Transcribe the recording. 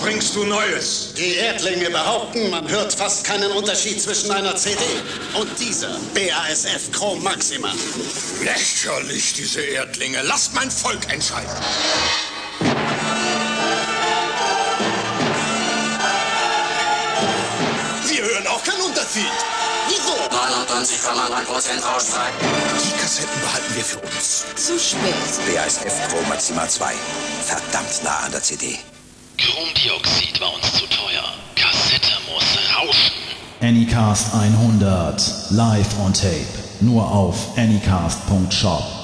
bringst du Neues? Die Erdlinge behaupten, man hört fast keinen Unterschied zwischen einer CD und dieser BASF Chrome Maxima. Lächerlich, diese Erdlinge. Lasst mein Volk entscheiden. Wir hören auch keinen Unterschied. Wieso? 99,9% Rauschfrei. Die Kassetten behalten wir für uns. Zu spät. BASF Pro Maxima 2. Verdammt nah an der CD. Chromdioxid war uns zu teuer. Kassette muss rauschen. Anycast 100. Live on Tape. Nur auf anycast.shop.